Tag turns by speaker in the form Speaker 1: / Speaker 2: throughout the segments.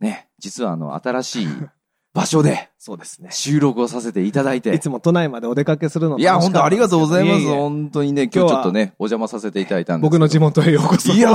Speaker 1: ね、実はあの、新 しい場所で
Speaker 2: そうですね。
Speaker 1: 収録をさせていただいて。
Speaker 2: いつも都内までお出かけするの
Speaker 1: いや、本当ありがとうございます。
Speaker 2: いえいえ
Speaker 1: 本当にね、今日
Speaker 2: 今日
Speaker 1: ち
Speaker 2: は
Speaker 1: ょっとね、お邪魔させていただいたんですけ
Speaker 2: 僕
Speaker 1: ど。
Speaker 2: の地元へようこそ。
Speaker 1: いや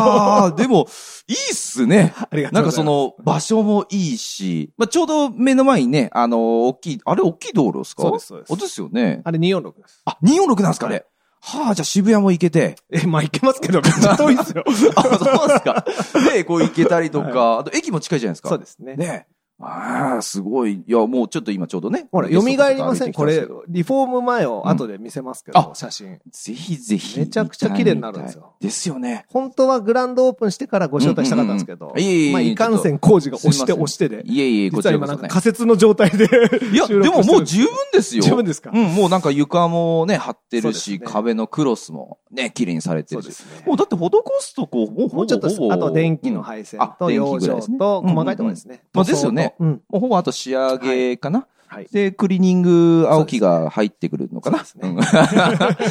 Speaker 1: ー、でも、いいっすね。
Speaker 2: ありがと
Speaker 1: な
Speaker 2: うんご
Speaker 1: かそ
Speaker 2: ざいます。
Speaker 1: の、場所もいいし、まあ、ちょうど目の前にね、あの、大きい、あれ大きい道路ですか
Speaker 2: そうですそうです
Speaker 1: あですよね。
Speaker 2: あれ246です。
Speaker 1: あ、246なんですかね。はあ、じゃあ渋谷も行けて。
Speaker 2: え、まあ、行けま すけど、めっちゃ遠いですよ。
Speaker 1: あ、そうです か。で、こう行けたりとか、あと駅も近いじゃないですか。
Speaker 2: そうですね。
Speaker 1: ねえ。ああ、すごい。いや、もうちょっと今ちょうどね。
Speaker 2: ほら、
Speaker 1: ゲ
Speaker 2: 蘇
Speaker 1: スト
Speaker 2: り
Speaker 1: の方
Speaker 2: ませ
Speaker 1: 歩いて
Speaker 2: ん
Speaker 1: きた
Speaker 2: こ
Speaker 1: んですけ
Speaker 2: れ
Speaker 1: ど、
Speaker 2: リフォーム前を後で見せますけど、
Speaker 1: あ
Speaker 2: 写真。
Speaker 1: ぜひぜひ。
Speaker 2: めちゃくちゃ綺麗になるんですよ
Speaker 1: 見たいですよね。
Speaker 2: 本当はグランドオープンしてからご招待したかったんですけど、
Speaker 1: うんうんうんいえいえいえ
Speaker 2: まあ、いかんせん工事が押して押してで、
Speaker 1: いえいえ、こち
Speaker 2: 実は
Speaker 1: らこ
Speaker 2: 今
Speaker 1: そ
Speaker 2: なんか
Speaker 1: ね。
Speaker 2: 仮設の状態で
Speaker 1: いや、で
Speaker 2: 収録
Speaker 1: も
Speaker 2: して
Speaker 1: も
Speaker 2: る
Speaker 1: う十分ですよ。
Speaker 2: 十分ですか
Speaker 1: うん、もうなんか床もね、張ってる
Speaker 2: そう
Speaker 1: し、
Speaker 2: ですね
Speaker 1: 壁のクロスもね、綺麗にされて
Speaker 2: そう
Speaker 1: る
Speaker 2: で
Speaker 1: し。
Speaker 2: すね。
Speaker 1: もうだって施すとこう、ほぼほぼ
Speaker 2: もうちょっとです、あと電気
Speaker 1: う
Speaker 2: の
Speaker 1: ん
Speaker 2: 配線
Speaker 1: あ
Speaker 2: と
Speaker 1: 電気
Speaker 2: 養
Speaker 1: ぐらい
Speaker 2: 生
Speaker 1: ですね
Speaker 2: と細かいところですね。
Speaker 1: うんうんまあですよね
Speaker 2: 塗装と。うん。
Speaker 1: もうほぼあと仕上げかな。
Speaker 2: はい。
Speaker 1: で、クリーニング、青木が入ってくるのかな。
Speaker 2: そうですね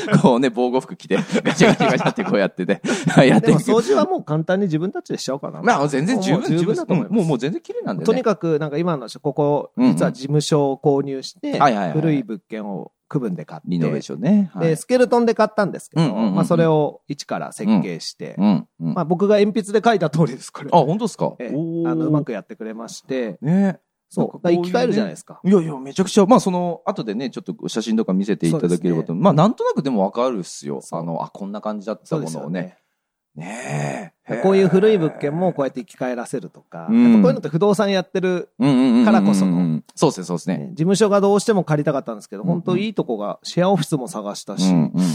Speaker 1: うん こうね、防護服着て、ガチャガチャガチャってこうやってね、やって
Speaker 2: で
Speaker 1: い
Speaker 2: も
Speaker 1: く
Speaker 2: 掃除はもう簡単に自分たちでしちゃおうかな。
Speaker 1: まあ、全然十分、
Speaker 2: もう
Speaker 1: 十
Speaker 2: 十
Speaker 1: 分
Speaker 2: 分
Speaker 1: だ
Speaker 2: だ
Speaker 1: と
Speaker 2: と
Speaker 1: 思いま。
Speaker 2: 思いますす
Speaker 1: もう、もう全然綺麗なんでね。
Speaker 2: とにかく、なんか今の人、ここ、
Speaker 1: うんうん
Speaker 2: 実は事務所を購入して、
Speaker 1: はいはいはい
Speaker 2: 古い物件を区分で買って、
Speaker 1: リノベーションね。はい
Speaker 2: で、スケルトンで買ったんですけど、
Speaker 1: うんうんうんうん
Speaker 2: まあそれを一から設計して、
Speaker 1: うん。うんあ、
Speaker 2: まあ僕が鉛筆で書いた通りです、これ。
Speaker 1: 本当ですか。
Speaker 2: ええ
Speaker 1: おー
Speaker 2: あの、うまくやってくれまして、
Speaker 1: ね
Speaker 2: そう。だから
Speaker 1: なんかこういう
Speaker 2: 生
Speaker 1: ね
Speaker 2: き返るじゃないですか。
Speaker 1: いやいや、めちゃくちゃ、まあ、その、後でね、ちょっと写真とか見せていただければと、まあ、なんとなくでもわかるっすよ。
Speaker 2: そう
Speaker 1: あの、あ、こんな感じだった
Speaker 2: そう
Speaker 1: も
Speaker 2: です
Speaker 1: の
Speaker 2: よ
Speaker 1: をね。。ねえ。
Speaker 2: こういう古い物件もこうやって生き返らせるとか、
Speaker 1: うん
Speaker 2: やっぱこういうのって不動産やってる、
Speaker 1: うんうんうんうん
Speaker 2: からこそ
Speaker 1: うんそうですね、そうです
Speaker 2: ね
Speaker 1: ね。
Speaker 2: 事務所がどうしても借りたかったんですけど、
Speaker 1: うんうん
Speaker 2: 本当いいとこが、シェアオフィスも探したし、
Speaker 1: うんうんうん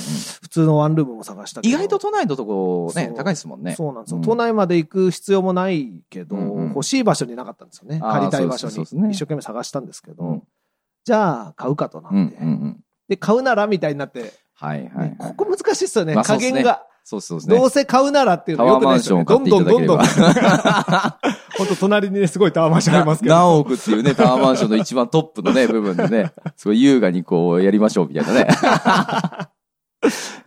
Speaker 2: 普通のワンルームも探したけ
Speaker 1: 意
Speaker 2: ど。
Speaker 1: 外と都内のとこね
Speaker 2: そ、う
Speaker 1: 高いですもんね。
Speaker 2: そうなんですよ、
Speaker 1: うん
Speaker 2: 都内まで行く必要もないけど、
Speaker 1: うんうん
Speaker 2: 欲しい場所になかったんですよね。
Speaker 1: あー
Speaker 2: 借りたい場所に
Speaker 1: そうですねそうですね
Speaker 2: 一生懸命探したんですけど、
Speaker 1: うん
Speaker 2: じゃあ買うかとなって、
Speaker 1: うんうんうん。
Speaker 2: で、買うならみたいになって、ね
Speaker 1: はいはい。
Speaker 2: ここ難しいっすよね、
Speaker 1: まあそう
Speaker 2: 加
Speaker 1: っすね
Speaker 2: 減が。
Speaker 1: そうですそうですね。
Speaker 2: どうせ買うならっていう
Speaker 1: タ
Speaker 2: のよ
Speaker 1: ワー
Speaker 2: くな
Speaker 1: マン
Speaker 2: いです
Speaker 1: ショ
Speaker 2: よ
Speaker 1: ンを買
Speaker 2: ね。ど
Speaker 1: っ
Speaker 2: ん
Speaker 1: てい
Speaker 2: ど
Speaker 1: た
Speaker 2: ん
Speaker 1: だけれ
Speaker 2: どん
Speaker 1: ば
Speaker 2: どん。本当隣にね、すごいタワーマンションありますけど。
Speaker 1: 何億っていうね、タワーマンションの一番トップ のね、部分でね、すごい優雅にこうやりましょうみたいなね。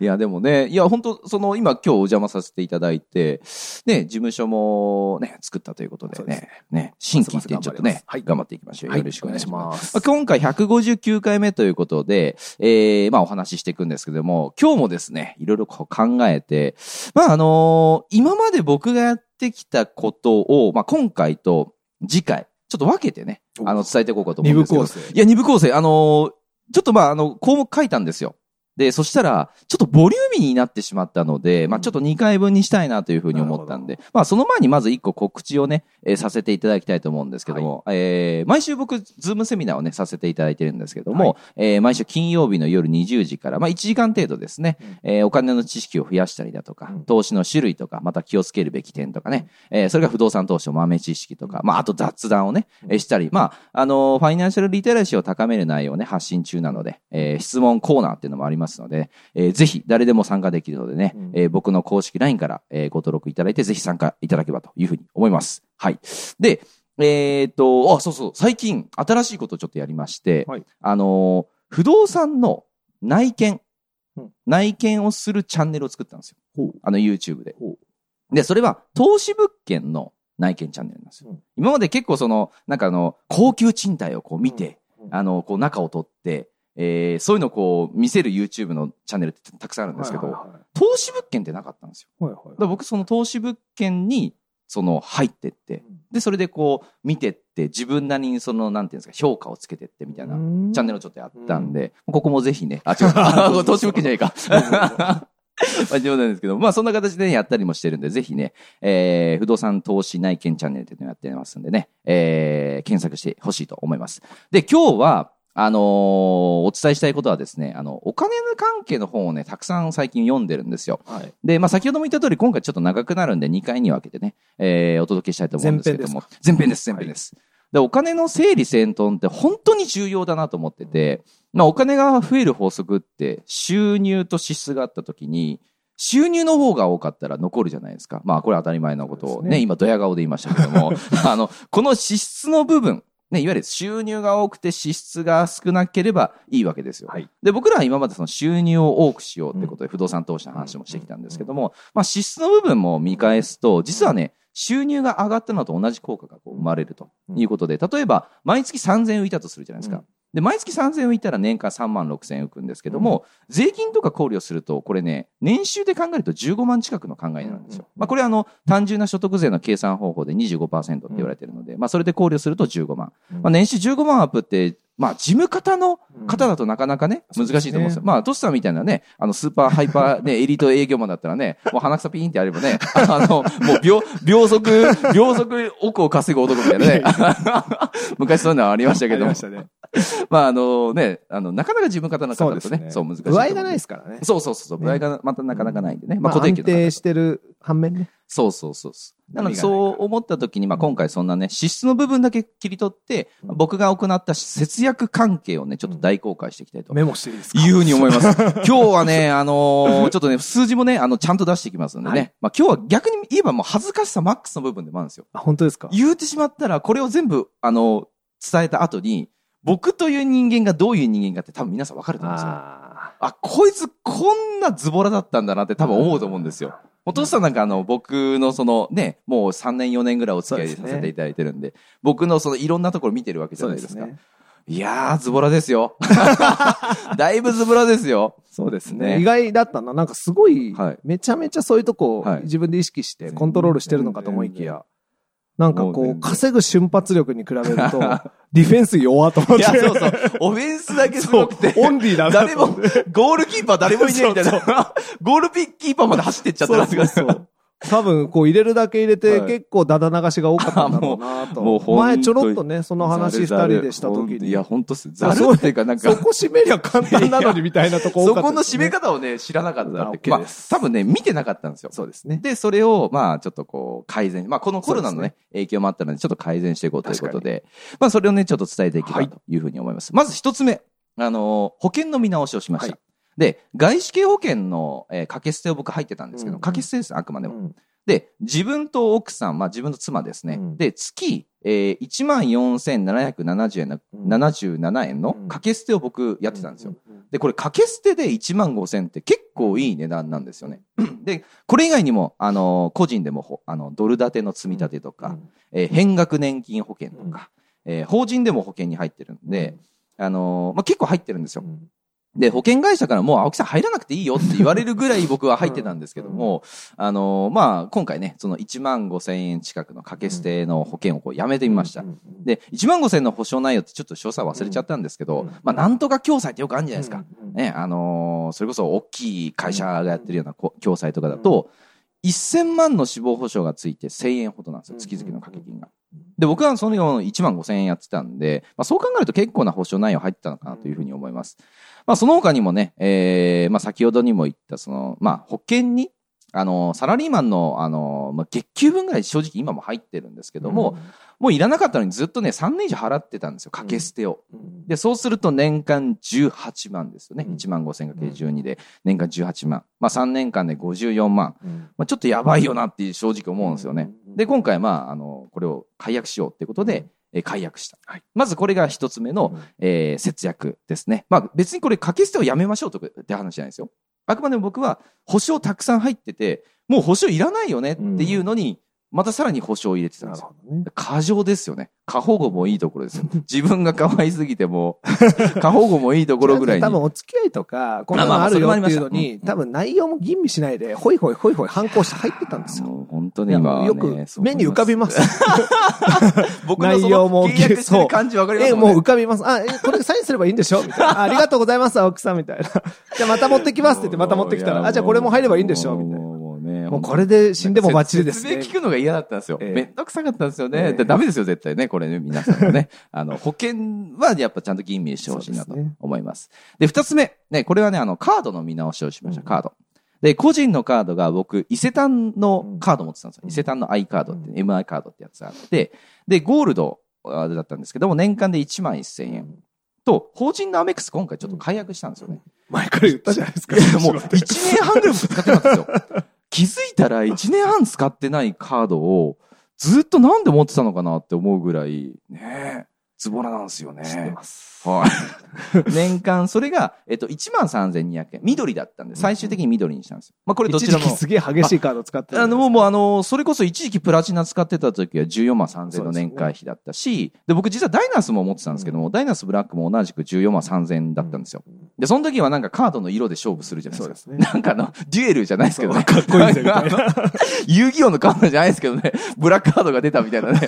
Speaker 1: いや、でもね、いや、本当その、今今日お邪魔させていただいて、ね、事務所もね、作ったということで
Speaker 2: そうです
Speaker 1: ね、ね、新規ってちょっとね、
Speaker 2: はい
Speaker 1: 頑張っていきましょう。
Speaker 2: はい
Speaker 1: よろしくお願いします。
Speaker 2: す
Speaker 1: まあ今回159回目ということで、えー、まあお話ししていくんですけども、今日もですね、いろいろこう考えて、まああのー今まで僕がやってきたことを、まあ今回と次回、ちょっと分けてね、あの、伝えていこうかと思
Speaker 2: 二
Speaker 1: うんで
Speaker 2: 部
Speaker 1: すけど。
Speaker 2: 構成。
Speaker 1: いや、二部構成、あのーちょっとまああの、項目書いたんですよ。で、そしたら、ちょっとボリューミーになってしまったので、まあちょっと2回分にしたいなというふうに思ったんで、まあその前にまず1個告知をね、えーさせていただきたいと思うんですけども、えー毎週僕、ズームセミナーをね、させていただいてるんですけども、えー毎週金曜日の夜20時から、まあ1時間程度ですね、えーお金の知識を増やしたりだとか、
Speaker 2: うん
Speaker 1: 投資の種類とか、また気をつけるべき点とかね、えーそれから不動産投資の豆知識とか、まああと雑談をね、えーしたり、まあ、あのーファイナンシャルリテラシーを高める内容をね、発信中なので、えー質問コーナーっていうのもありますので、えーぜひ誰でも参加できるのでね、
Speaker 2: うん
Speaker 1: えー僕の公式 LINE から、えーご登録いただいて、ぜひ参加いただければというふうに思います。はい。で、えーっと、あ、そうそう、最近、新しいことをちょっとやりまして、
Speaker 2: はい
Speaker 1: あのー不動産の内見、
Speaker 2: うん
Speaker 1: 内見をするチャンネルを作ったんですよ。
Speaker 2: ほう
Speaker 1: あの YouTube で
Speaker 2: ほ。
Speaker 1: で、それは投資物件の内見チャンネルなんですよ。
Speaker 2: うん
Speaker 1: 今まで結構その、なんかあの、高級賃貸をこう見て、
Speaker 2: うん
Speaker 1: あの、こう中を取って、えーそういうのをこう見せる YouTube のチャンネルってたくさんあるんですけど、
Speaker 2: はいはい
Speaker 1: 投資物件ってなかったんですよ。
Speaker 2: はいはい
Speaker 1: だから僕その投資物件に、その入ってって、で、それでこう見てって、自分なりにその、なんていうんですか、評価をつけてってみたいなチャンネルをちょっとやったんで、ここもぜひね、あ、違 う、あこれ投資物件じゃないか。 まあ、冗談ですけど、まあそんな形でね、やったりもしてるんで、ぜひね、えー、不動産投資内見チャンネルっていうのをやってますんでね、えー、検索してほしいと思います。で、今日は、あのーお伝えしたいことはですね、あの、お金の関係の本をね、たくさん最近読んでるんですよ。
Speaker 2: はい
Speaker 1: で、まあ、先ほども言った通り、今回ちょっと長くなるんで、2回に分けてね、えー、お届けしたいと思うんですけども。前編です、前編です。でお金の整理整頓って本当に重要だなと思ってて、まあ、お金が増える法則って収入と支出があった時に収入の方が多かったら残るじゃないですか。まあこれは当たり前のこと
Speaker 2: そう
Speaker 1: を
Speaker 2: で
Speaker 1: ね、
Speaker 2: すね
Speaker 1: 今ドヤ顔で言いましたけども、あの、この支出の部分、ね、いわゆる収入が多くて支出が少なければいいわけですよ。
Speaker 2: はい
Speaker 1: で、僕らは今までその収入を多くしようってことで不動産投資の話もしてきたんですけども、まあ支出の部分も見返すと、実はね、収入が上がったのと同じ効果がこう生まれるということで、例えば毎月3000円浮いたとするじゃないですか。
Speaker 2: うん
Speaker 1: で、毎月3000円浮いたら年間3万6000円浮くんですけども、税金とか考慮すると、これね、年収で考えると15万近くの考えなんですよ。まあ、これはあの、単純な所得税の計算方法で25%って言われてるので、まあ、それで考慮すると15万。まあ、年収15万アップって、まあ、事務方の方だとなかなかね、
Speaker 2: うん
Speaker 1: 難しいと思うんです
Speaker 2: そうです
Speaker 1: よ。
Speaker 2: ね
Speaker 1: まあ、トシさんみたいなね、あの、スーパーハイ パーね、エリート営業マンだったらね、もう鼻くさピーンってやればね、 あの、もう秒、秒速、秒速億を稼ぐ男みたいなね。 昔そういうのはありましたけ
Speaker 2: あり
Speaker 1: ども
Speaker 2: まし、たね。
Speaker 1: まあ、あのね、あの、なかなか事務方の方だとね、そう難しいと
Speaker 2: 具
Speaker 1: 思う。
Speaker 2: 合がないですからね。
Speaker 1: そうそうそうそう、場合がまたなかなかないんでね。まあ、
Speaker 2: まあ、
Speaker 1: 固定
Speaker 2: 安
Speaker 1: 給の方
Speaker 2: 定してる反面ね。
Speaker 1: そうそうそうそう。なので、
Speaker 2: 何がないか
Speaker 1: そう思った時に、まあ、今回そんなね、支出の部分だけ切り取って、
Speaker 2: うん
Speaker 1: 僕が行った節約関係をね、ちょっと大公開していきたいと。
Speaker 2: メモしていいですか
Speaker 1: いうふうに思い ます。今日はね、あのーちょっとね、数字もね、あの、ちゃんと出していきますんでね。
Speaker 2: は
Speaker 1: まあ今日は逆に言えばもう恥ずかしさマックスの部分でもあるんですよ。
Speaker 2: あ本当ですか
Speaker 1: 言うてしまったら、これを全部、あの、伝えた後に、僕という人間がどういう人間かって多分皆さんわかると思うんですよ。
Speaker 2: あ
Speaker 1: あ、こいつこんなズボラだったんだなって多分思うと思うんですよ。お父さんなんかあの、僕のそのね、もう3年4年ぐらいお付き合い
Speaker 2: そう
Speaker 1: さ
Speaker 2: ですね
Speaker 1: せていただいてるんで、僕のそのいろんなところ見てるわけ
Speaker 2: ー
Speaker 1: じゃ
Speaker 2: そう
Speaker 1: ない
Speaker 2: で
Speaker 1: ですすか。
Speaker 2: ね。
Speaker 1: いやー、ズボラです よ。だいぶズボラですよ。
Speaker 2: そうです
Speaker 1: ね
Speaker 2: ね。意外だったな。なんかすごい
Speaker 1: はい、
Speaker 2: めちゃめちゃそういうとこ
Speaker 1: はい
Speaker 2: 自分で意識してコントロールしてるのかと思いきや、なんか
Speaker 1: もう
Speaker 2: こ
Speaker 1: 全然
Speaker 2: う、稼ぐ瞬発力に 比べると、ディフェンス弱と思っ
Speaker 1: い
Speaker 2: て。
Speaker 1: や、そうそう。オフェンスだけすごくて。
Speaker 2: そうオンリーだなと
Speaker 1: 誰も
Speaker 2: 思っ、
Speaker 1: ゴールキーパー誰もいねえみたいな。 ゴールピッキーパーまで走ってっちゃった
Speaker 2: そう
Speaker 1: ら
Speaker 2: そうそう。 多分、こう入れるだけ入れて、
Speaker 1: はい
Speaker 2: 結構ダダ流しが多かったんだろうな
Speaker 1: あもうもう
Speaker 2: と。
Speaker 1: ほんと
Speaker 2: 前ちょろっとね、その話二人でした時
Speaker 1: い
Speaker 2: に
Speaker 1: や、。ほんとっす。ざ
Speaker 2: そう
Speaker 1: るっていうかなんか。
Speaker 2: そこ締めりゃ簡単なのにみたいなとこ多
Speaker 1: そ
Speaker 2: かった
Speaker 1: この
Speaker 2: です
Speaker 1: 締
Speaker 2: ね
Speaker 1: め方をね、知らなかったって。ま
Speaker 2: あ
Speaker 1: あ
Speaker 2: OK です、
Speaker 1: 多分ね、見てなかったんですよ。
Speaker 2: そうですね。
Speaker 1: で、それを、まあ、ちょっとこう、改善。まあ、このコロナの
Speaker 2: そう
Speaker 1: ね
Speaker 2: で
Speaker 1: 影響もあったので、ちょっと改善していこうということで、まあ、それをね、ちょっと伝えていけば
Speaker 2: はい
Speaker 1: というふうに思います。まず一つ目、あのー、保険の見直しをしました。
Speaker 2: は
Speaker 1: で、外資系保険の、えー掛け捨てを僕入ってたんですけど、
Speaker 2: うん
Speaker 1: 掛け捨てですね、あくまでも。
Speaker 2: うん
Speaker 1: で、自分と奥さん、まあ自分と妻ですね。
Speaker 2: うん
Speaker 1: で、月、えー、14,770円の、
Speaker 2: うん
Speaker 1: 77円の
Speaker 2: うん
Speaker 1: 掛け捨てを僕やってたんですよ。
Speaker 2: うううん
Speaker 1: で、これ掛け捨てで1万5千って結構いい値段なんですよね。 で、これ以外にも、あの個人でもほ、あの、ドル建ての積み立てとか、
Speaker 2: うん
Speaker 1: えー変額年金保険とか、えー法人でも保険に入ってるんで、あのーまあ、結構入ってるんですよ。
Speaker 2: うん
Speaker 1: で、保険会社からもう青木さん入らなくていいよって言われるぐらい僕は入ってたんですけども、あのーまあ、今回ね、その1万5千円近くの掛け捨ての保険をこうやめてみました。
Speaker 2: うんうん
Speaker 1: で、1万5千の保証内容ってちょっと詳細忘れちゃったんですけど、
Speaker 2: うん
Speaker 1: まあ、なんとか共済ってよくあるんじゃないですか。
Speaker 2: うんうん
Speaker 1: ね、あのーそれこそ大きい会社がやってるようなこ共済とかだと、1000万の死亡保障がついて1000円ほどなんですよ、
Speaker 2: うん
Speaker 1: 月々の掛け金が
Speaker 2: うん。
Speaker 1: で、僕はそのよう1万5000円やってたんで、まあ、そう考えると結構な保証内容入ってたのかなというふうに思います。まあ、その他にもね、えーまあ、先ほどにも言った、その、まあ、保険に、あのーサラリーマンの、あのーまあ、月給分ぐらい正直今も入ってるんですけども、もういらなかったのにずっとね、3年以上払ってたんですよ、掛け捨てを。
Speaker 2: うん
Speaker 1: で、そうすると年間18万ですよね。
Speaker 2: うん
Speaker 1: 1万5千かけ12で、年間18万。まあ3年間で54万。
Speaker 2: うん
Speaker 1: まあちょっとやばいよなって正直思うんですよね。
Speaker 2: うん
Speaker 1: で、今回まあ、あの、これを解約しようってことで、えー解約した。
Speaker 2: はい
Speaker 1: まずこれが一つ目の、
Speaker 2: うん
Speaker 1: えー節約ですね。まあ別にこれ掛け捨てをやめましょうとかって話じゃないですよ。あくまでも僕は保証たくさん入ってて、もう保証いらないよねっていうのに、またさらに保証を入れてたん
Speaker 2: な
Speaker 1: です
Speaker 2: る
Speaker 1: よ。
Speaker 2: ほどね。
Speaker 1: 過剰ですよね。過保護もいいところですよ。自分が可愛すぎても、 過保護もいいところぐらいに。
Speaker 2: 多分お付き合いとか、こんな
Speaker 1: まあま
Speaker 2: の
Speaker 1: あ
Speaker 2: あるよっていう
Speaker 1: それもあ
Speaker 2: の
Speaker 1: り
Speaker 2: に、多分内容も吟味しないで、ほいほいほいほい反抗して入ってたんですよ。
Speaker 1: そう、本当
Speaker 2: い
Speaker 1: に
Speaker 2: や
Speaker 1: 今はね、
Speaker 2: よく
Speaker 1: そう思
Speaker 2: 目
Speaker 1: い
Speaker 2: に浮かびます。
Speaker 1: す。僕のそ
Speaker 2: 内容
Speaker 1: の
Speaker 2: も
Speaker 1: 契約してる感じわかります
Speaker 2: え、
Speaker 1: もんね
Speaker 2: もう浮かびます。あ、え、これサインすればいいんでしょみたいな。あありがとうございます、青木さん、みたいな。じゃあまた持ってきますって言って、また持ってきた
Speaker 1: い
Speaker 2: ら、
Speaker 1: や
Speaker 2: あ、じゃあこれも入ればいいんでしょ
Speaker 1: もう
Speaker 2: みたいな。
Speaker 1: もうね、
Speaker 2: もうこれで死んでもバッチリです
Speaker 1: 説
Speaker 2: ね
Speaker 1: 明。聞くのが嫌だったんですよ。
Speaker 2: ええ
Speaker 1: めんどくさかったんですよね。
Speaker 2: ええ
Speaker 1: でダメですよ、絶対ね。これね、皆さんもね。 あの、保険はやっぱちゃんと吟味してほしいな
Speaker 2: そ
Speaker 1: と
Speaker 2: うですね
Speaker 1: 思います。で、二つ目。ね、これはね、あの、カードの見直しをしました、カード。で、個人のカードが僕、伊勢丹のカード持ってたんですよ。
Speaker 2: うん
Speaker 1: 伊勢丹の i カードって、
Speaker 2: う
Speaker 1: MI カードってやつがあって、で、ゴールドあれだったんですけども、年間で1万1000円。と、法人のアメックス今回ちょっと解約したんですよね。
Speaker 2: 前から言ったじゃないですか。
Speaker 1: いや、もう1年半ぐらい使ってなかったんですよ。気づいたら1年半使ってないカードをずっとなんで持ってたのかなって思うぐらい、ねえ、ズボラなんですよね。
Speaker 2: 知ってます。
Speaker 1: はい。 年間、それが、えっと、1万3200円。緑だったんで、最終的に緑にしたんですよ。まあ、これど
Speaker 2: 一
Speaker 1: ちら
Speaker 2: 時
Speaker 1: も
Speaker 2: 期。すげえ激しいカード使って
Speaker 1: あの、もう、
Speaker 2: う、
Speaker 1: もうあの、それこそ一時期プラチナ使ってた時は14万3000の年会費だったし、で、僕実はダイナースも持ってたんですけども、ダイナースブラックも同じく14万3000だったんですよ。で、その時はなんかカードの色で勝負するじゃないですか。
Speaker 2: そうですね
Speaker 1: なんかあの、デュエルじゃないですけどね。
Speaker 2: そうかっこいいぜみたいな
Speaker 1: なんかあの遊戯王のカードじゃないですけどね、 ブラックカードが出たみたいな ね。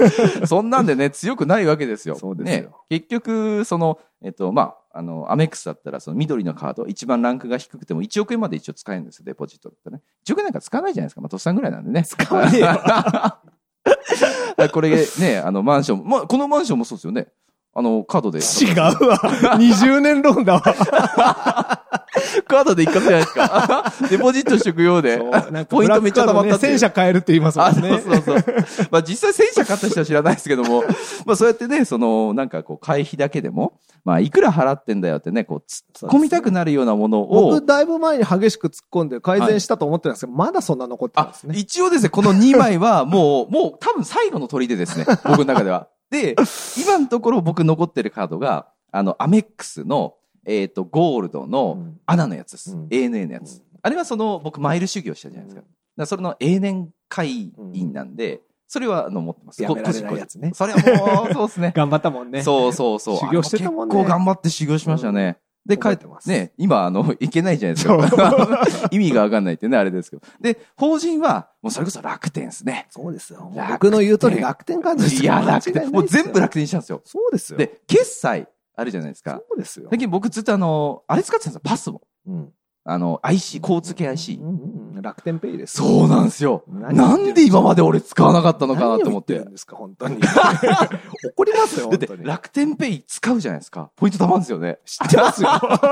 Speaker 1: そんなんでね、強くないわけですよ。
Speaker 2: そうですよ
Speaker 1: ね、結局、その、えっと、まあ、あの、アメックスだったら、その緑のカード、一番ランクが低くても1億円まで一応使えるんですよ、デポジットだったらね。1億円なんか使わないじゃないですか。まあ、とっさんぐらいなんでね。使
Speaker 2: わねえ
Speaker 1: これね、あの、マンション、まあ、このマンションもそうですよね。あの、カードで。
Speaker 2: 違うわ。20年ローンだわ。
Speaker 1: カードで一括じゃないですか。 デポジット食用で。ポイントめっちゃ溜まったっていう
Speaker 2: 戦車変えるって言いますもん
Speaker 1: あ
Speaker 2: ね。
Speaker 1: そうそう そう。まあ実際戦車買った人は知らないですけども、まあそうやってね、その、なんかこう、会費だけでも、まあいくら払ってんだよってね、こう、突っ込みたくなるようなものを
Speaker 2: 僕、、だいぶ前に激しく突っ込んで改善したと思ってたんですけど、まだそんな残ってた
Speaker 1: あ
Speaker 2: んです、ね。
Speaker 1: 一応ですね、この2枚は もう、もう多分最後の砦ですね、僕の中では。で、今のところ僕残ってるカードが、あの、アメックスの、えっ、と、ゴールドの、
Speaker 2: うん
Speaker 1: アナのやつです。
Speaker 2: うん
Speaker 1: ANA のやつ。
Speaker 2: うん
Speaker 1: あれはその、僕、マイル修行したじゃないですか。
Speaker 2: うん
Speaker 1: だからそれの永年会員なんで、それは、あの、持ってます。
Speaker 2: やめられないやつね
Speaker 1: こ個人個人それはもう、そうです ね。
Speaker 2: 頑張ったもんね。
Speaker 1: そうそうそう。
Speaker 2: 修行してたもんね
Speaker 1: あの結構頑張って修行しましたね。で、帰
Speaker 2: 覚
Speaker 1: っ
Speaker 2: え
Speaker 1: て
Speaker 2: てま
Speaker 1: ますす。ね、今、あの、いけないじゃないです
Speaker 2: そ
Speaker 1: か。 意味がわかんないってね、あれですけど。で、法人は、もうそれこそ楽天ですね。
Speaker 2: そうです よ。
Speaker 1: 楽天
Speaker 2: 僕の言う通り楽天感じです
Speaker 1: い
Speaker 2: よ
Speaker 1: や、楽
Speaker 2: 間違
Speaker 1: 天。
Speaker 2: い
Speaker 1: も
Speaker 2: ないうですよ
Speaker 1: 全部楽天にしたんですよ。
Speaker 2: そうですよ。
Speaker 1: で、決済、あるじゃないですか。
Speaker 2: そうですよ。
Speaker 1: 最近僕ずっとあの、あれ使ってたんですよ、パスも。
Speaker 2: うん
Speaker 1: あの、IC、交通系 IC。
Speaker 2: うんうんうん楽天ペイですよ。
Speaker 1: そうなんですよ。
Speaker 2: 何
Speaker 1: な
Speaker 2: を言
Speaker 1: ん
Speaker 2: って
Speaker 1: で
Speaker 2: る
Speaker 1: 今まで俺使わなかったのかなと思っ
Speaker 2: 何を言
Speaker 1: て
Speaker 2: るん。ですか、本当に。 怒りますよ、
Speaker 1: だっ
Speaker 2: 本
Speaker 1: て
Speaker 2: 当に。
Speaker 1: 楽天ペイ使うじゃないですか。ポイントたまるんですよね。
Speaker 2: 知ってますよ。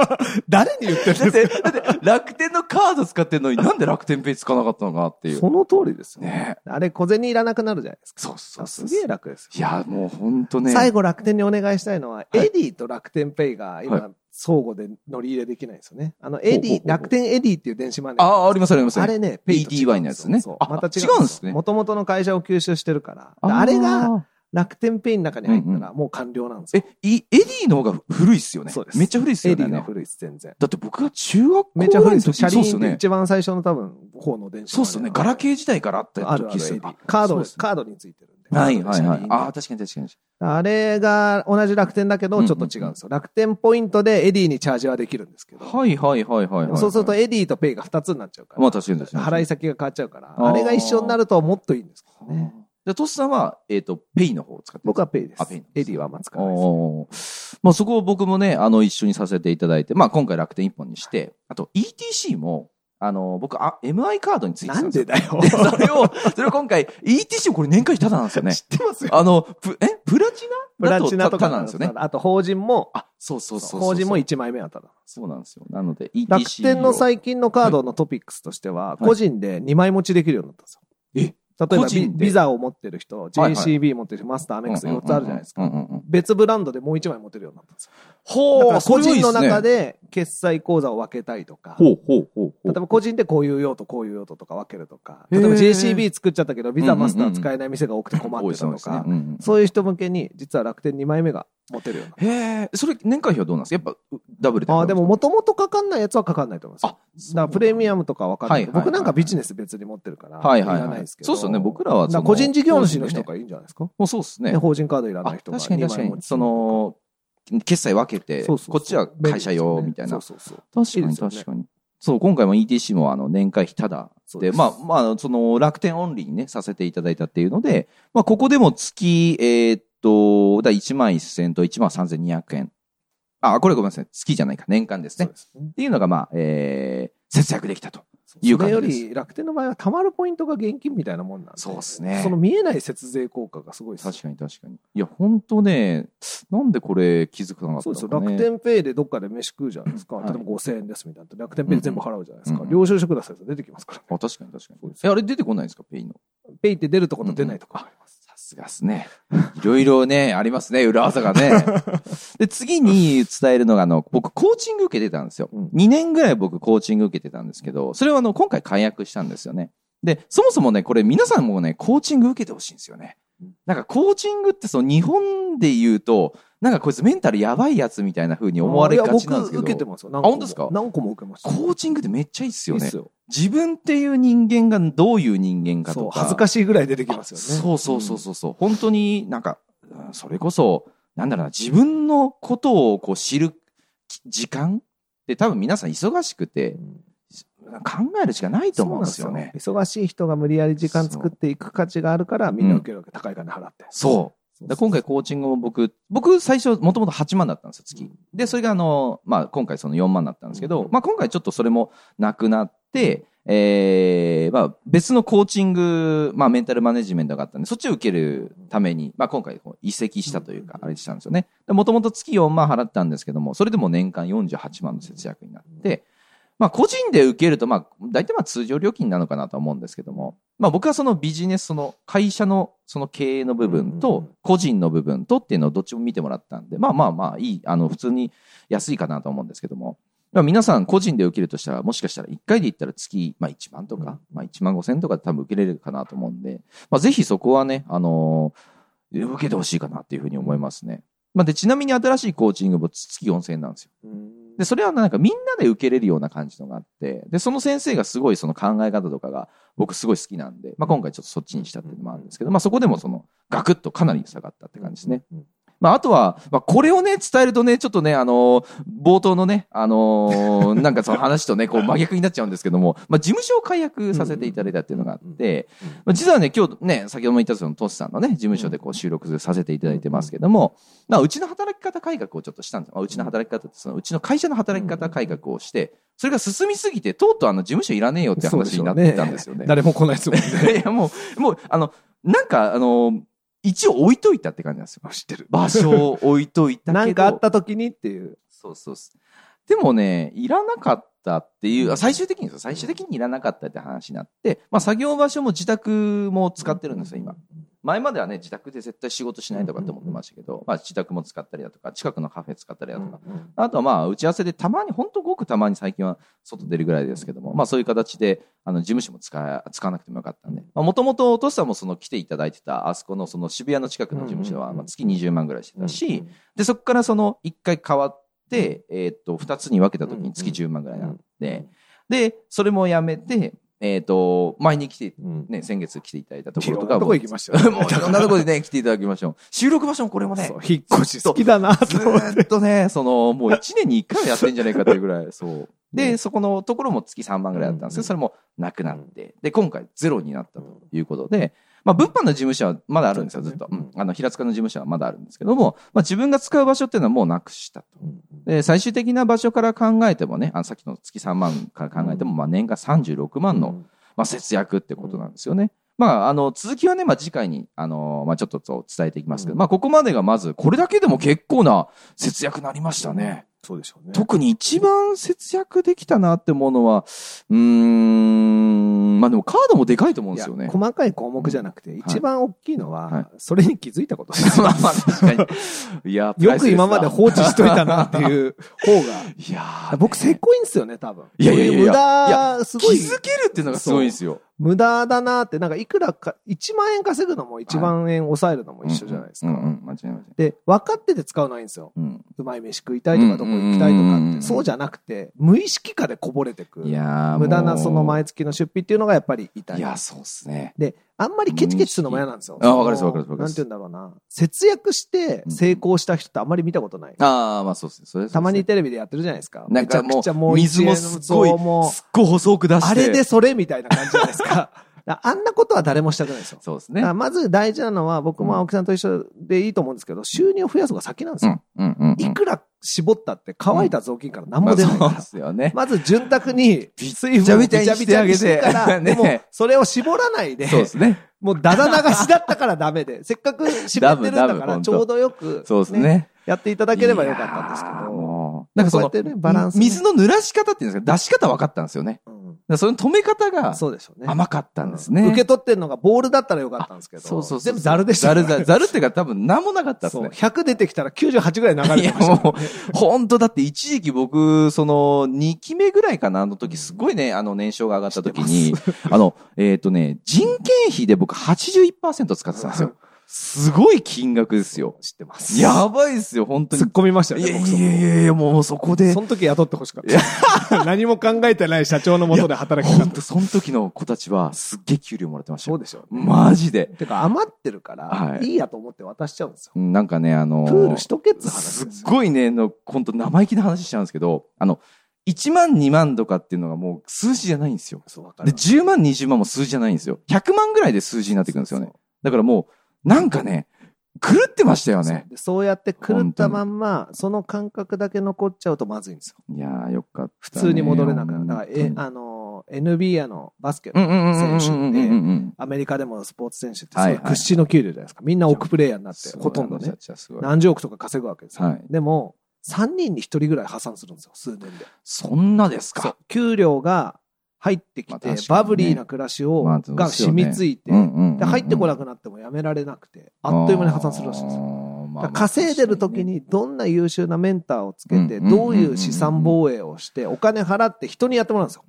Speaker 2: 誰に言ってる
Speaker 1: だって、だって楽天のカード使ってるのになんで楽天ペイ使わなかったのかなっていう。
Speaker 2: その通りですよ。
Speaker 1: ね
Speaker 2: あれ、小銭いらなくなるじゃないですか。
Speaker 1: そうそうそ
Speaker 2: す
Speaker 1: う。
Speaker 2: げえ楽です
Speaker 1: いや、もうほんと
Speaker 2: よ。
Speaker 1: ね。
Speaker 2: 最後楽天にお願いしたいのは、エディと楽天ペイが
Speaker 1: は
Speaker 2: 今、相互で乗り入れできないんですよね。あの、エ
Speaker 1: ほうほう
Speaker 2: ディ
Speaker 1: ほ、う
Speaker 2: 楽天エディっていう電子マネー。
Speaker 1: ああ、ありますあります。
Speaker 2: あれね、ペイと違うん
Speaker 1: EDY の
Speaker 2: で
Speaker 1: や
Speaker 2: す
Speaker 1: つ
Speaker 2: よ
Speaker 1: ね
Speaker 2: そう
Speaker 1: あ
Speaker 2: また違
Speaker 1: 違う
Speaker 2: うんん
Speaker 1: で
Speaker 2: ですす
Speaker 1: ね
Speaker 2: ね。もともとの会社を吸収してるから。あれが、、楽天ペイの中に入ったら、もう完了なんですよ。
Speaker 1: え、いエディの方が古いっすよね。
Speaker 2: そうです
Speaker 1: めっちゃ古いっす
Speaker 2: エ
Speaker 1: よ
Speaker 2: デ
Speaker 1: ね。
Speaker 2: ィの
Speaker 1: だ
Speaker 2: 古いです、全然。
Speaker 1: って僕が中学校
Speaker 2: めっちゃ
Speaker 1: ぐら
Speaker 2: 古
Speaker 1: い
Speaker 2: い
Speaker 1: の
Speaker 2: ですよ。
Speaker 1: 時
Speaker 2: 車
Speaker 1: そうっす
Speaker 2: 輪
Speaker 1: よ
Speaker 2: で
Speaker 1: ね。
Speaker 2: 一番最初の多分、方の電子
Speaker 1: そう
Speaker 2: マ
Speaker 1: っ
Speaker 2: ネー
Speaker 1: すよね。ガラケー時代からあった
Speaker 2: あるあ
Speaker 1: 時
Speaker 2: る
Speaker 1: っすよね。あ
Speaker 2: カード、
Speaker 1: そうですね
Speaker 2: カードについてるんで。
Speaker 1: はいはい
Speaker 2: 車
Speaker 1: は
Speaker 2: 輪
Speaker 1: い
Speaker 2: で。
Speaker 1: ああ、確かに確かに。
Speaker 2: あれが同じ楽天だけ
Speaker 1: うん
Speaker 2: ど、
Speaker 1: うん
Speaker 2: ちょっと違うんですよ。楽天ポイントでエディにチャージはできるんですけど。
Speaker 1: はいはいはいはい、はい。
Speaker 2: そうすると、エディとペイが2つになっちゃうから。
Speaker 1: まあ確かに確かに
Speaker 2: 払い先が変わっちゃうから。
Speaker 1: あー
Speaker 2: あれが一緒になるともっといいんですけどね。
Speaker 1: で、トスさんは、えっ、と、ペイの方を使って
Speaker 2: 僕
Speaker 1: は
Speaker 2: はペイです。
Speaker 1: あペイ
Speaker 2: エ
Speaker 1: なんで
Speaker 2: デ
Speaker 1: す
Speaker 2: ィはあんま使わないです。
Speaker 1: おーまあそこを僕もね、あの、一緒にさせていただいて、まあ今回楽天一本にして、あと ETC も、あの、僕、あ、MI カードについてた
Speaker 2: なん
Speaker 1: です
Speaker 2: で
Speaker 1: よ。
Speaker 2: だよ。
Speaker 1: で それを、それを今回、ETC もこれ年会費ただなん ですよね
Speaker 2: 知。ってますよ。
Speaker 1: あの、プ、えプラチ
Speaker 2: プ
Speaker 1: ナだ
Speaker 2: ラチナとか
Speaker 1: ただなんですよね。
Speaker 2: あと、法人も、
Speaker 1: あ、そうそうそうそう。
Speaker 2: 法人も1枚目はただ。
Speaker 1: そうなんですよ。なので、ETC を。
Speaker 2: 楽天の最近のカードのトピックスとしては、個人で2枚持ちできるようになったんですよ。
Speaker 1: え
Speaker 2: 例え
Speaker 1: 個
Speaker 2: ばビ
Speaker 1: 人で
Speaker 2: ビザを持ってる人、
Speaker 1: いはい
Speaker 2: JCB 持ってる人、マスター、アメックス4つあるじゃないですか。
Speaker 1: うんうんうん。
Speaker 2: 別ブランドでもう1枚持てるようになったんですよ。だ
Speaker 1: ほ
Speaker 2: から個人の中
Speaker 1: で、
Speaker 2: で決済口座を分けたりとか、
Speaker 1: ほうほうほうほう
Speaker 2: 例え。ば個人でこういう用途、こういう用途とか分けるとか、
Speaker 1: へ
Speaker 2: 例
Speaker 1: ー
Speaker 2: えば JCB 作っちゃったけど、ビザ、
Speaker 1: うんうんうん
Speaker 2: マスター使えない店が多くて困っ
Speaker 1: 多い
Speaker 2: てたと
Speaker 1: ですね
Speaker 2: か
Speaker 1: うん、うん
Speaker 2: そういう人向けに、実は楽天2枚目が持てるようになっ
Speaker 1: へえ、それ年会費はどうなんですかやっぱうダブルで。
Speaker 2: た。ああー、でも、もともとかかんないやつはかかんないと思いますよ。
Speaker 1: あ、
Speaker 2: だからプレミ
Speaker 1: ア
Speaker 2: アムとかは分かんないけど、
Speaker 1: はいはいはい
Speaker 2: 僕なんかビジネス別に持ってるから、
Speaker 1: はいはいはい
Speaker 2: らないですけど。
Speaker 1: そうっすよね僕らはその
Speaker 2: だから個人事業主の人がいいんじゃないですか。
Speaker 1: もうそうですね
Speaker 2: ね、。法人カードいら
Speaker 1: あ
Speaker 2: ない人
Speaker 1: 確
Speaker 2: が
Speaker 1: かに確か
Speaker 2: 二枚持
Speaker 1: に。
Speaker 2: ち
Speaker 1: その、決済分けて、
Speaker 2: そうそうそう
Speaker 1: こっちは会社用みたいな。
Speaker 2: そうそうそう
Speaker 1: 確
Speaker 2: い
Speaker 1: か
Speaker 2: いで
Speaker 1: に
Speaker 2: すよね
Speaker 1: 確かに。そう、今回も ETC もあの年会費ただ
Speaker 2: そう
Speaker 1: で、
Speaker 2: です
Speaker 1: まあまあ、その楽天オンリーにね、させていただいたっていうので、まあここでも月、えーっと、だ1万1000と1万3200円。あ、これごめんなさい。月じゃないか。年間です
Speaker 2: そう
Speaker 1: ね。っ
Speaker 2: ですね。
Speaker 1: ていうのが、まあ、えー、節約できたと。いう
Speaker 2: そ
Speaker 1: 感
Speaker 2: れ
Speaker 1: じ
Speaker 2: よ
Speaker 1: です
Speaker 2: り楽天の場合はたまるポイントが現金みたいなもんなんで。
Speaker 1: そうっすね
Speaker 2: その見えない節税効果がすごいです。
Speaker 1: 確かに確かに。いや、本当ね、なんでこれ気づかなかった
Speaker 2: そう
Speaker 1: の
Speaker 2: ですよ。
Speaker 1: か、ね、
Speaker 2: 楽天ペイでどっかで飯食うじゃないですか。
Speaker 1: はい
Speaker 2: 例えば5000円ですみたいな。楽天ペイで全部払うじゃないです
Speaker 1: うん
Speaker 2: か
Speaker 1: う。ん
Speaker 2: 領収書くださいと出てきますから。
Speaker 1: あ、確かに確か
Speaker 2: そう
Speaker 1: に
Speaker 2: で。す
Speaker 1: え、あれ出てこないんですかペイの。
Speaker 2: ペイって出るとこと出ないとこがあります。
Speaker 1: さすすがですね。いろいろね、 ありますね、裏技がね。 で、次に伝えるのが、あの、僕、コーチング受けてたんですよ。
Speaker 2: うん
Speaker 1: 2年ぐらい僕、コーチング受けてたんですけど、それはあの、今回解約したんですよね。で、そもそもね、これ皆さんもね、コーチング受けてほしいんですよね。なんかコーチングってその日本で言うと、なんかこいつメンタルやばいやつみたいな風に思われがちなんですけ
Speaker 2: いや僕受けて
Speaker 1: ど、
Speaker 2: ますよ。何個も
Speaker 1: あ本当ですか
Speaker 2: 何個も受けました。
Speaker 1: コーチングってめっちゃいいっすよ
Speaker 2: いい
Speaker 1: ね
Speaker 2: っ。すよ
Speaker 1: 自分っていう人間がどういう人間か
Speaker 2: そ
Speaker 1: と
Speaker 2: う、
Speaker 1: か。
Speaker 2: 恥ずかしいぐらい出てきますよね。
Speaker 1: そうそうそうそうそう。本当になんか、うんそれこそ、なんだろうな、自分のことをこう知るき時間って多分皆さん忙しくて、考えるしかないと思うんですよね。
Speaker 2: そうなんですよ忙しい人が無理やり時間作っていく価値があるから、みんな受けるわけ、高い金払って。
Speaker 1: そう。
Speaker 2: う
Speaker 1: で今回コーチングも僕、僕最初もともと8万だったんですよ、月。で、それがあの、まあ今回その4万だったんですけど、
Speaker 2: うん
Speaker 1: まあ今回ちょっとそれもなくなって、えー、まあ別のコーチング、まあメンタルマネジメントがあったんで、そっちを受けるために、まあ今回こう移籍したというか、あれしたんですよね。で、もともと月4万払ったんですけども、それでも年間48万の節約になって、まあ個人で受けると、まあ大体まあ通常料金なのかなとは思うんですけども、まあ僕はそのビジネス、その会社のその経営の部分
Speaker 2: うんうん
Speaker 1: と個人の部分とっていうのをどっちも見てもらったんで、まあまあまあいい、あの普通に安いかなと思うんですけども、まあ皆さん個人で受けるとしたら、もしかしたら1回で言ったら月、まあ1万とか、まあ1万5千とかで多分受けれるかなと思うんで、まあぜひそこはね、あのー受けてほしいかなっていうふうに思いますね。まあで、ちなみに新しいコーチングも月4000円なんですよ。
Speaker 2: うん。
Speaker 1: で、それはなんかみんなで受けれるような感じのがあって、で、その先生がすごいその考え方とかが僕すごい好きなんで、まあ今回ちょっとそっちにしたっていうのもあるんですけど、まあそこでもそのガクッとかなり下がったって感じですね。
Speaker 2: うん。
Speaker 1: まあ、あとは、まあ、これをね、伝えるとね、ちょっとね、あのー冒頭のね、あのーなんかその話とね、こう真逆になっちゃうんですけども、まあ、事務所を解約させていただいたっていうのがあって
Speaker 2: うんうんうん、
Speaker 1: まあ、実はね、今日ね、先ほども言ったその、トシさんのね、事務所でこう収録させていただいてますけども、まあ、うちの働き方改革をちょっとしたんですよ。まあ、うちの働き方って、その、うちの会社の働き方改革をして、それが進みすぎて、とうとうあの、事務所いらねえよって
Speaker 2: そうで
Speaker 1: 話に
Speaker 2: しょ
Speaker 1: な
Speaker 2: う
Speaker 1: っ
Speaker 2: ね
Speaker 1: てたんですよね。
Speaker 2: 誰も来ないですもん ね。
Speaker 1: いや、もう、もう、あの、なんか、あの、一応置いといたって感じなんですよ。知ってる。場所を置いといたけど。
Speaker 2: なんかあった時にっていう。
Speaker 1: そうそうそう。でもね、いらなかったっていう、あ最終的にですよ最終的にいらなかったって話になって、まあ作業場所も自宅も使ってるんですよ、今。前まではね、自宅で絶対仕事しないとかって思ってましたけど、まあ自宅も使ったりだとか、近くのカフェ使ったりだとか、あとはまあ打ち合わせでたまに、ほんとごくたまに最近は外出るぐらいですけども、まあそういう形で、あの事務所も使え使わなくてもよかったんで、もともとトシさんもその来ていただいてた、あそこのその渋谷の近くの事務所
Speaker 2: うんう
Speaker 1: は、
Speaker 2: んうん
Speaker 1: まあ月20万ぐらいしてたし、
Speaker 2: うん、
Speaker 1: で、そこからその1回変わって、えーっと、2つに分けた時に月10万ぐらいになって、で、それもやめて、えーっと、前に来て、
Speaker 2: うん、
Speaker 1: ね、先月来ていただいたと
Speaker 2: い
Speaker 1: こ
Speaker 2: ろ
Speaker 1: ろ
Speaker 2: ん
Speaker 1: とか
Speaker 2: なと
Speaker 1: も、
Speaker 2: こ
Speaker 1: もう
Speaker 2: 行きましたよね。
Speaker 1: いろんなところでね、来ていただきましょう。収録場所もこれ もね
Speaker 2: そ、う引っ越し好きだな
Speaker 1: ず
Speaker 2: と 思って
Speaker 1: ーっ。とね、その、もう1年に1回はやってんじゃないかというぐらい、そう。で、そこのところも月3万ぐらいだったんですけ
Speaker 2: うん
Speaker 1: ど、それもなくなって、で、今回ゼロになったということで、まあ、物販の事務所はまだあるんですよ、ずっと。うんあの、平塚の事務所はまだあるんですけども、まあ、自分が使う場所っていうのはもうなくしたと。で、最終的な場所から考えてもね、あの、さっきの月3万から考えても、まあ、年間36万の、まあ、節約ってことなんですよね。まあ、あの、続きはね、まあ、次回に、あのまあ、ちょっとそう伝えていきますけど、
Speaker 2: うん
Speaker 1: まあ、ここまでがまず、これだけでも結構な節約になりましたね。
Speaker 2: そうでしょうね。
Speaker 1: 特に一番節約できたなって思うのは、うーん、まあ、でもカードもでかいと思うん
Speaker 2: い
Speaker 1: です
Speaker 2: や
Speaker 1: よね。
Speaker 2: 細かい項目じゃなくて、一番大きいの
Speaker 1: は、
Speaker 2: はいそれに気づいたことで す
Speaker 1: まあまあ、確かに。いや、プラ
Speaker 2: よ
Speaker 1: イスレ
Speaker 2: く
Speaker 1: スだ
Speaker 2: 今まで放置しといたなっていう方が。
Speaker 1: いやー
Speaker 2: 僕、せっこいんですよね、多分。
Speaker 1: いやいやいやいや
Speaker 2: 無
Speaker 1: い
Speaker 2: 駄、す
Speaker 1: 気
Speaker 2: ごい、
Speaker 1: づけるっていうのがすごいんですよ。
Speaker 2: 無駄だなって、なんかいくらか、1万円稼ぐのも1万円抑えるのも一緒じゃないです
Speaker 1: うんう
Speaker 2: か。
Speaker 1: ん、間違いない。
Speaker 2: で、分かってて使うのはいいんですよ。
Speaker 1: うん。
Speaker 2: うまい飯食いたいとか、どこ行きたいと
Speaker 1: うんうん
Speaker 2: か
Speaker 1: う
Speaker 2: っ
Speaker 1: んうん
Speaker 2: て。そうじゃなくて、無意識化でこぼれてく。
Speaker 1: いやー
Speaker 2: 無駄なその
Speaker 1: もう
Speaker 2: 毎月の出費っていうのがやっぱり痛
Speaker 1: い
Speaker 2: い。
Speaker 1: や、そうっすね。
Speaker 2: で、あんまりケチケチするのも嫌なんですよ。
Speaker 1: あわかりますわかりますわかり
Speaker 2: な
Speaker 1: ま
Speaker 2: ん
Speaker 1: す
Speaker 2: て言うんだろうな。節約して成功した人ってあんまり見たことない。
Speaker 1: ああ、まあそうっすね。それ
Speaker 2: たまに
Speaker 1: て
Speaker 2: テレビでやってるじゃないですか。
Speaker 1: なんか
Speaker 2: めちゃくちゃ
Speaker 1: もう、
Speaker 2: 一
Speaker 1: 水も
Speaker 2: 円
Speaker 1: す
Speaker 2: の
Speaker 1: っごい、
Speaker 2: そうも
Speaker 1: すっごい細く出
Speaker 2: う
Speaker 1: して。
Speaker 2: あれでそれみたいな感じじゃないで すか。だあんなことは誰もしたくないですよ。
Speaker 1: そうです
Speaker 2: だ
Speaker 1: ね
Speaker 2: か。らまず大事なのは、僕も青木さんと一緒でいいと思うんですけど、収入を増やすのが先なんです
Speaker 1: う
Speaker 2: よ。
Speaker 1: ん、うん、うん。
Speaker 2: いくら絞ったって乾いた雑巾から何
Speaker 1: ま
Speaker 2: も
Speaker 1: あ
Speaker 2: 出ない
Speaker 1: そう
Speaker 2: か
Speaker 1: っ
Speaker 2: ら。
Speaker 1: すよね。
Speaker 2: まず潤沢に水
Speaker 1: ちゃ
Speaker 2: 分
Speaker 1: び
Speaker 2: をび
Speaker 1: ち
Speaker 2: ち
Speaker 1: ゃ
Speaker 2: ゃ
Speaker 1: に
Speaker 2: び
Speaker 1: して
Speaker 2: ちゃ
Speaker 1: あげ
Speaker 2: に
Speaker 1: て
Speaker 2: してから、
Speaker 1: ね
Speaker 2: でもそれを絞らないで、
Speaker 1: そうですね。
Speaker 2: もうダダ流しだったからダメ で、せっかく絞ってるんだか
Speaker 1: ダブダブほ
Speaker 2: ら
Speaker 1: ん
Speaker 2: ち
Speaker 1: と
Speaker 2: ょうどよく、
Speaker 1: そうですね。
Speaker 2: やっていただければよかったんですけ
Speaker 1: いやー
Speaker 2: ど、
Speaker 1: もうなんかそ
Speaker 2: こうやってねバラン
Speaker 1: の、
Speaker 2: スね
Speaker 1: 水の濡らし方っていうんですか、出し方分かったんですよね。
Speaker 2: うん
Speaker 1: らその止め方が
Speaker 2: そうでしょうね。
Speaker 1: 甘かったんですね。
Speaker 2: 受け取ってんのがボールだったらよかったんですけど。
Speaker 1: そうそうそう
Speaker 2: 全部ザルでした
Speaker 1: ざ
Speaker 2: ね。
Speaker 1: るざる、ざるっていうか多分何もなかったです
Speaker 2: そう。
Speaker 1: ね。
Speaker 2: 100出てきたら98ぐらい流れ
Speaker 1: い
Speaker 2: て
Speaker 1: や
Speaker 2: ました。
Speaker 1: もう、本当だって一時期僕、その、2期目ぐらいかな、あの時、すごいね、あの、年商が上がった時に、あの、えっ、とね、人件費で僕81%使ってたんですよ。すごい金額ですよ。
Speaker 2: 知ってます。
Speaker 1: やばいですよ、本当に
Speaker 2: 突っ。込みました
Speaker 1: い
Speaker 2: よね、
Speaker 1: や
Speaker 2: 僕
Speaker 1: い
Speaker 2: そこ
Speaker 1: やいやいや、もうそこで
Speaker 2: そ、の時雇ってほしかった。 何も考えてない社長のもとで働きたかっ
Speaker 1: 本当
Speaker 2: た。
Speaker 1: その時の子たちは、すっげえ給料もらってました
Speaker 2: そう
Speaker 1: よ。
Speaker 2: でしょうね。
Speaker 1: マジで。
Speaker 2: てか余ってるから、
Speaker 1: はい
Speaker 2: い、いやと思って渡しちゃうんですよ。
Speaker 1: うんなんかね、あの
Speaker 2: プールしとけっつ
Speaker 1: す
Speaker 2: う話
Speaker 1: っ
Speaker 2: ですよ。
Speaker 1: ごいね、の、本当生意気な話しちゃうんですけど、あの、1万2万とかっていうのがもう数字じゃないんですよ。
Speaker 2: そう、わか
Speaker 1: で、10万20万も数字じゃないんですよ。100万ぐらいで数字になってくるんですよね。だからもう、なんかね、狂ってましたよ
Speaker 2: そう
Speaker 1: ね。
Speaker 2: でそうやって狂ったまんま、その感覚だけ残っちゃうとまずいんですよ。
Speaker 1: いやー、よかったね。
Speaker 2: 普通に戻れなくなる。
Speaker 1: 本
Speaker 2: だから、
Speaker 1: 当に
Speaker 2: え、あのー、NBA あのバスケ
Speaker 1: う
Speaker 2: の
Speaker 1: んうんうんうんうんうんうんうん。
Speaker 2: アメリカでもスポーツ選手って
Speaker 1: はい
Speaker 2: す
Speaker 1: はい
Speaker 2: ごい屈指の給料じゃないですか。みんな億プレイヤーになって、ほとんど
Speaker 1: すごいあの人
Speaker 2: ね
Speaker 1: た。ちはすごい
Speaker 2: 何十億とか稼ぐわけですよ。
Speaker 1: はい
Speaker 2: でも、3人に1人ぐらい破産するんですよ、数年で。
Speaker 1: そんなです
Speaker 2: そう
Speaker 1: か。
Speaker 2: 給料が入ってき
Speaker 1: まあ
Speaker 2: て、
Speaker 1: 確かにね
Speaker 2: バブリーな暮らしを、
Speaker 1: まあそうで
Speaker 2: が
Speaker 1: すよ
Speaker 2: 染
Speaker 1: ね
Speaker 2: みついて、
Speaker 1: うんうんうん
Speaker 2: で入ってこなくなってもやめられなくて、あっという間に破産するらしいんですよ。
Speaker 1: よ
Speaker 2: だから稼いでる時、にどんな優秀なメンターをつけ
Speaker 1: う
Speaker 2: て、
Speaker 1: んうんうんうん
Speaker 2: どういう資産防衛をして、お金払って人にやってもらうんですよ。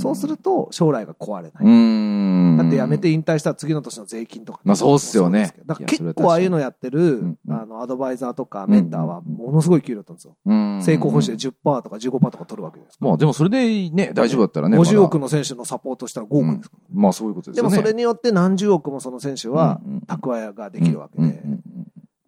Speaker 2: そうすると将来が壊れな
Speaker 1: う
Speaker 2: い。
Speaker 1: ん。
Speaker 2: だってやめて引退したら次の年の税金とか。
Speaker 1: まあそうっすよね
Speaker 2: そうですけどだから結構ああいうのやって
Speaker 1: う
Speaker 2: る
Speaker 1: ん、うん
Speaker 2: あの、アドバイザーとかメンターはものすごい給料取るんですよ。
Speaker 1: うん、
Speaker 2: 成功報酬で
Speaker 1: で
Speaker 2: 10%とか15%とか取るわけですから。
Speaker 1: まあでもそれでね、大丈夫だったらね。
Speaker 2: 50億
Speaker 1: の。
Speaker 2: の選手のサポートしたら5億ですからね
Speaker 1: まあそういうことです
Speaker 2: で
Speaker 1: よ
Speaker 2: も
Speaker 1: ね。
Speaker 2: それによって何十億もその選手は
Speaker 1: うんうん
Speaker 2: 蓄えができるわけ
Speaker 1: うんう
Speaker 2: で
Speaker 1: んう、ん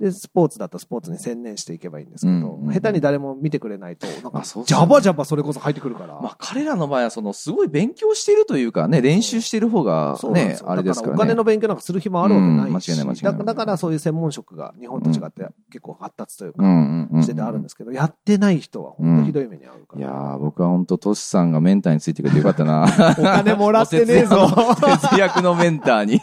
Speaker 2: で、スポーツだったらスポーツに専念していけばいいんですけ
Speaker 1: うん
Speaker 2: ど
Speaker 1: うんう、ん
Speaker 2: 下手に誰も見てくれないと、なんか、
Speaker 1: あそうっす
Speaker 2: ジ
Speaker 1: よね
Speaker 2: ャバジャバそれこそ入ってくるから。
Speaker 1: まあ彼らの場合は、そのすごい勉強しているというかね、練習している方が
Speaker 2: そうなんで
Speaker 1: ね
Speaker 2: す、よ
Speaker 1: あれですからね。
Speaker 2: だからお金の勉強なんかする暇あるわけな
Speaker 1: うん間
Speaker 2: い
Speaker 1: 違い
Speaker 2: し、
Speaker 1: ない間違いな
Speaker 2: だ
Speaker 1: い
Speaker 2: だからそういう専門職が日本と違って結構発達という
Speaker 1: う
Speaker 2: か、
Speaker 1: んうんうんうん
Speaker 2: しててあるんですけど、やってない人は本当ひどい目に遭うか
Speaker 1: いや
Speaker 2: ら。
Speaker 1: ー、僕は本当トシさんがメンターについてくれてよかったな。
Speaker 2: お金もらってね えぞ。
Speaker 1: 節約のメンター に。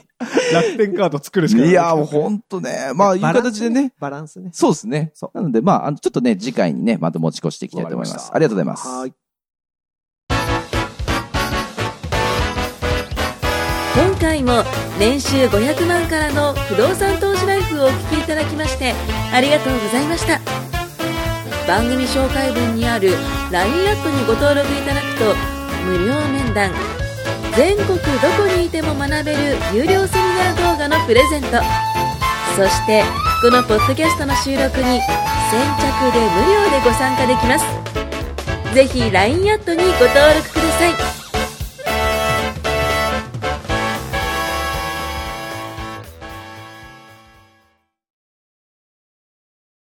Speaker 2: 楽天カード作るしかない。
Speaker 1: いやー、もう本当ね、まあいい形でね。。
Speaker 2: バランスね。
Speaker 1: そうですね
Speaker 2: そ。う
Speaker 1: なので、まあ、あのちょっとね、次回にね、また持ち越していきたいと思いま
Speaker 2: わかりまし
Speaker 1: す。
Speaker 2: た
Speaker 1: ありがとうございます。
Speaker 2: はい。
Speaker 3: 今回も年収500万からの不動産投資ライフをお聞きいただきましてありがとうございました番組紹介文にある LINE アップにご登録いただくと無料面談全国どこにいても学べる有料セミナー動画のプレゼントそしてこのポッドキャストの収録に先着で無料でご参加できますぜひ LINE アットにご登録ください